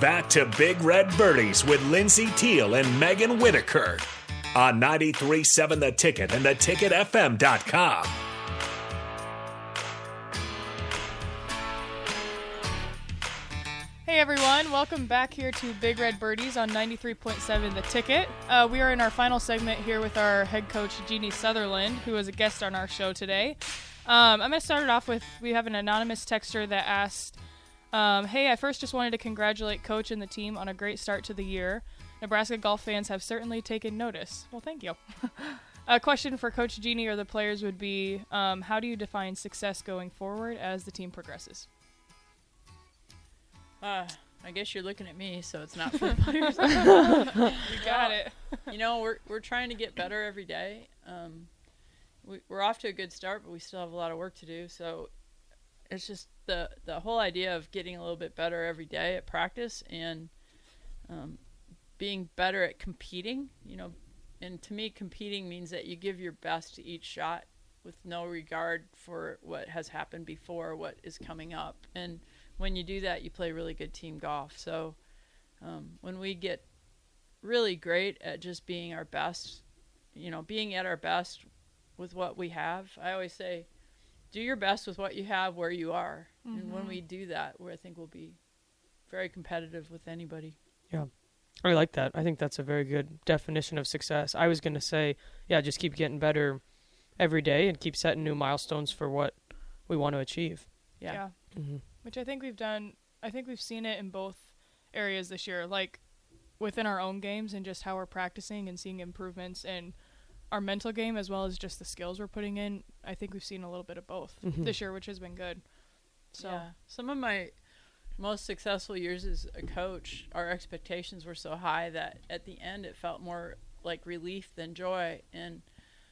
Back to Big Red Birdies with Lindsey Teal and Megan Whitaker on 937 The Ticket and theticketfm.com. Hey everyone, welcome back here to Big Red Birdies on 93.7 The Ticket. Uh, we are in our final segment here with our head coach, Jeannie Sutherland, who is a guest on our show today. Um, I'm going to start it off with we have an anonymous texter that asked, um, Hey, I first just wanted to congratulate coach and the team on a great start to the year. Nebraska golf fans have certainly taken notice. Well, thank you. a question for Coach Jeannie or the players would be um, How do you define success going forward as the team progresses? Uh, I guess you're looking at me, so it's not for the players. You got it. you know, we're we're trying to get better every day. Um, we, we're off to a good start, but we still have a lot of work to do. So it's just the the whole idea of getting a little bit better every day at practice and um, being better at competing. You know, and to me, competing means that you give your best to each shot with no regard for what has happened before, what is coming up, and when you do that, you play really good team golf. So um, when we get really great at just being our best, you know, being at our best with what we have. I always say, do your best with what you have where you are. And when we do that, we I think we'll be very competitive with anybody. Yeah. I like that. I think that's a very good definition of success. I was going to say, yeah, just keep getting better every day and keep setting new milestones for what we want to achieve. Yeah. Which I think we've done. I think we've seen it in both areas this year, like within our own games and just how we're practicing and seeing improvements in our mental game as well as just the skills we're putting in. I think we've seen a little bit of both this year, which has been good. So, Yeah. Some of my most successful years as a coach, our expectations were so high that at the end it felt more like relief than joy. And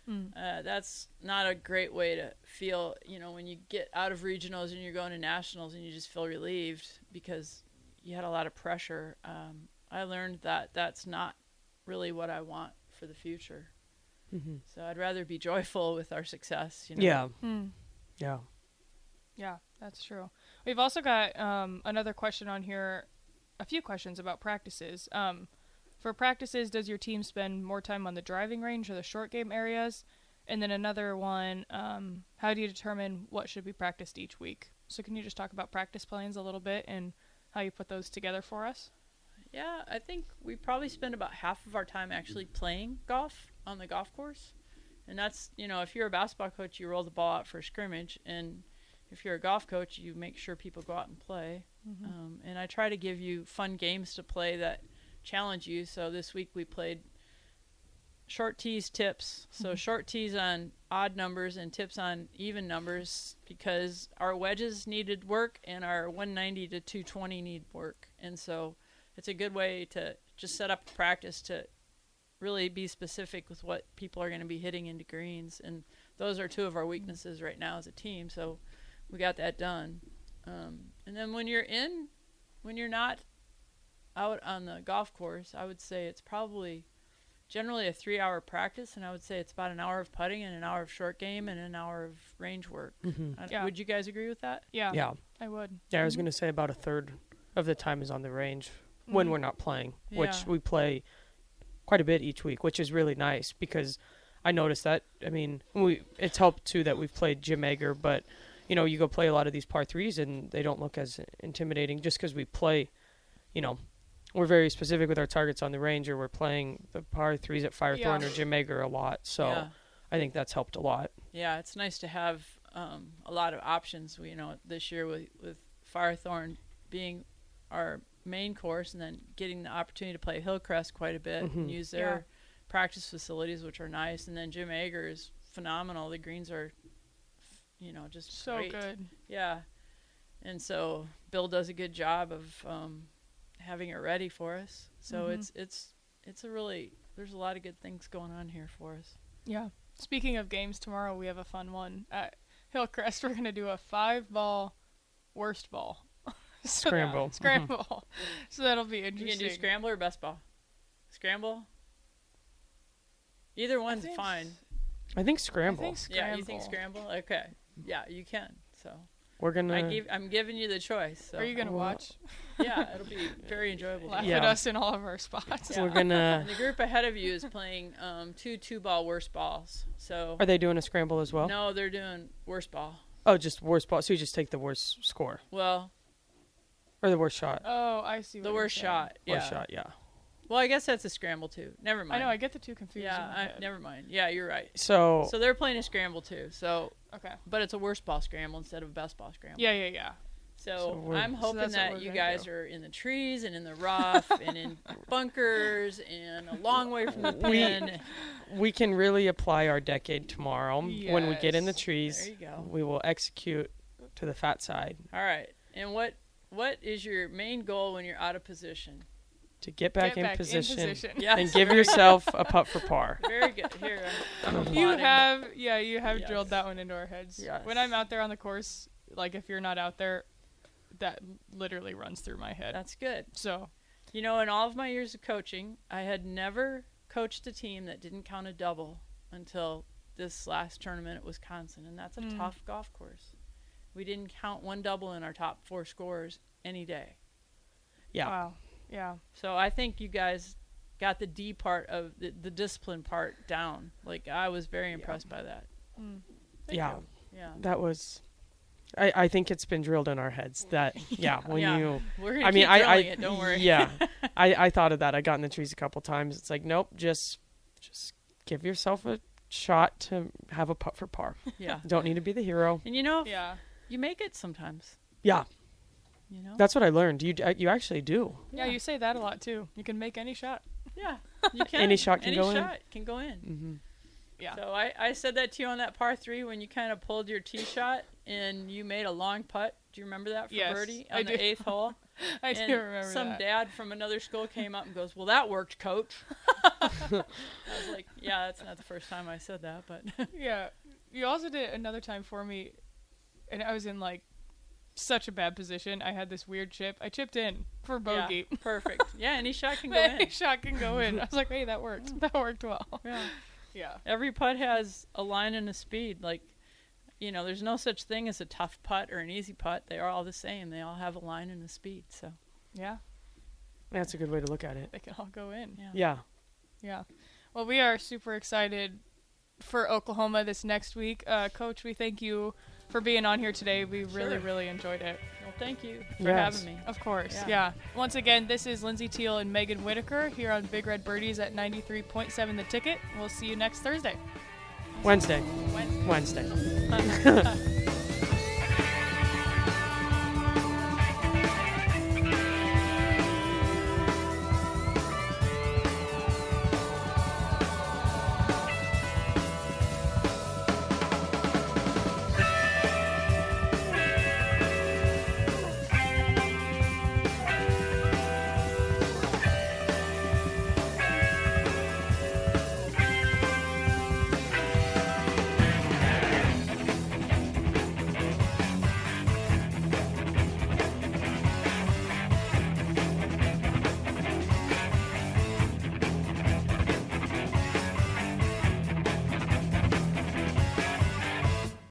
uh, that's not a great way to feel, you know, when you get out of regionals and you're going to nationals and you just feel relieved because you had a lot of pressure. Um, I learned that that's not really what I want for the future. So I'd rather be joyful with our success, you know. Yeah. Yeah. yeah, that's true. We've also got um, another question on here, a few questions about practices. Um, for practices, does your team spend more time on the driving range or the short game areas? And then another one, um, how do you determine what should be practiced each week? So, can you just talk about practice plans a little bit and how you put those together for us? Yeah, I think we probably spend about half of our time actually playing golf on the golf course. And that's, you know, if you're a basketball coach, you roll the ball out for a scrimmage. And if you're a golf coach, you make sure people go out and play. Um, and I try to give you fun games to play that challenge you. So this week we played short tees tips. So short tees on odd numbers and tips on even numbers because our wedges needed work and our 190 to 220 need work. And so it's a good way to just set up practice to really be specific with what people are going to be hitting into greens. And those are two of our weaknesses right now as a team. So we got that done. Um, and then when you're in, when you're not out on the golf course, I would say it's probably generally a three hour practice. And I would say it's about an hour of putting and an hour of short game and an hour of range work. I- Yeah. Would you guys agree with that? Yeah, Yeah. I would. Yeah, I was going to say about a third of the time is on the range when we're not playing, which Yeah. we play quite a bit each week, which is really nice because I noticed that. I mean, we it's helped too that we've played Jim Egger, but you know, you go play a lot of these par threes and they don't look as intimidating just because we play, you know, we're very specific with our targets on the range or we're playing the par threes at Firethorn Yeah. or Jim Egger a lot. So Yeah. I think that's helped a lot. Yeah, it's nice to have um, a lot of options. You know, this year with with Firethorn being our main course, and then getting the opportunity to play Hillcrest quite a bit and use their Yeah. practice facilities, which are nice. And then Jim Ager is phenomenal. The greens are, you know, just So great. good. Yeah, and so Bill does a good job of um, having it ready for us. So Mm-hmm. it's it's it's a really there's a lot of good things going on here for us. Yeah. Speaking of games, tomorrow we have a fun one at Hillcrest. We're gonna do a five ball, worst ball. So that- Scramble. Mhm. Scramble. So that'll be You can interesting. do scramble or best ball. Scramble. Either one's think fine. s- I think I scramble. think Yeah, you think scramble? Okay. Yeah, you can. So We're gonna. I gave, I'm giving you the choice. So. Are you gonna Well- watch? yeah, it'll be very enjoyable. Laugh Yeah. at us in all of our spots. We're gonna. And the group ahead of you is playing um, two two ball worst balls. So Are they doing a scramble as well? no, they're doing worst ball. Oh, just worst ball. So you just take the worst score Well, or the worst shot. Oh, I see. What the you're worst saying. shot. Yeah. Worst shot. Yeah. Well, I guess that's a scramble too. Never I mind. know. I get the two confused. yeah, in my I, head. never mind. Yeah, you're right. So, So they're playing a scramble too. So, Okay. but it's a worst ball scramble instead of a best ball scramble. Yeah, yeah, yeah. So So, we're- I'm So hoping that's what that we're you gonna guys do. are in the trees and in the rough and in bunkers and a long way from the We- pin. we can really apply our decade tomorrow when we get in the Yes. trees. There you go. We will execute to the fat side All right. And what what is your main goal when you're out of position? to get back, Get in, back position in position. Yeah. and give yourself a putt for par. Very good. Here. I'm, I'm You applauding. have, yeah, you have drilled Yes. that one into our heads. Yes. When I'm out there on the course, like if you're not out there, that literally runs through my head. That's good. so You know, in all of my years of coaching, I had never coached a team that didn't count a double until this last tournament at Wisconsin, and that's a Mm. tough golf course. We didn't count one double in our top four scores any day. Yeah. wow, yeah, So I think you guys got the D part of the, the discipline part down. Like I was very impressed by that. Thank yeah. you. Yeah. That was. I, I think it's been drilled in our heads that yeah when yeah. you We're gonna I mean keep I, I drilling it, don't worry. yeah I, I thought of that I got in the trees a couple times it's like nope just just give yourself a shot to have a putt for par yeah. don't need to be the hero And you know, yeah. you make it sometimes. yeah You know. that's what I learned you uh, you actually do Yeah, you say that a lot too. You can make any shot. yeah. You can. Any shot can Any go in. Mm-hmm. shot can go in. Yeah. So I, I said that to you on that par three when you kind of pulled your tee shot and you made a long putt. Do you remember that for Yes, birdie on I do. the eighth hole? I and do remember some that. dad from another school came up and goes, "Well, that worked, coach." I was like, "Yeah, that's not the first time I said that, but Yeah. You also did it another time for me, and I was in like such a bad position. I had this weird chip. I chipped in for yeah, bogey. perfect. Yeah, any shot can go Any in. shot can go in. I was like, hey, that worked. That worked well. Yeah. Yeah. Every putt has a line and a speed. Like, you know, there's no such thing as a tough putt or an easy putt. They are all the same. They all have a line and a speed. So Yeah. that's a good way to look at it They can all go in. yeah, yeah Yeah. Well, we are super excited for Oklahoma this next week. Uh, Coach, we thank you for being on here today. We really, Sure. really enjoyed it. Well, thank you for Yes. having me. Of course. Yeah. Yeah. Once again, this is Lindsay Teal and Megan Whitaker here on Big Red Birdies at 93.7 The Ticket. We'll see you next Thursday. Wednesday Wednesday. Wednesday.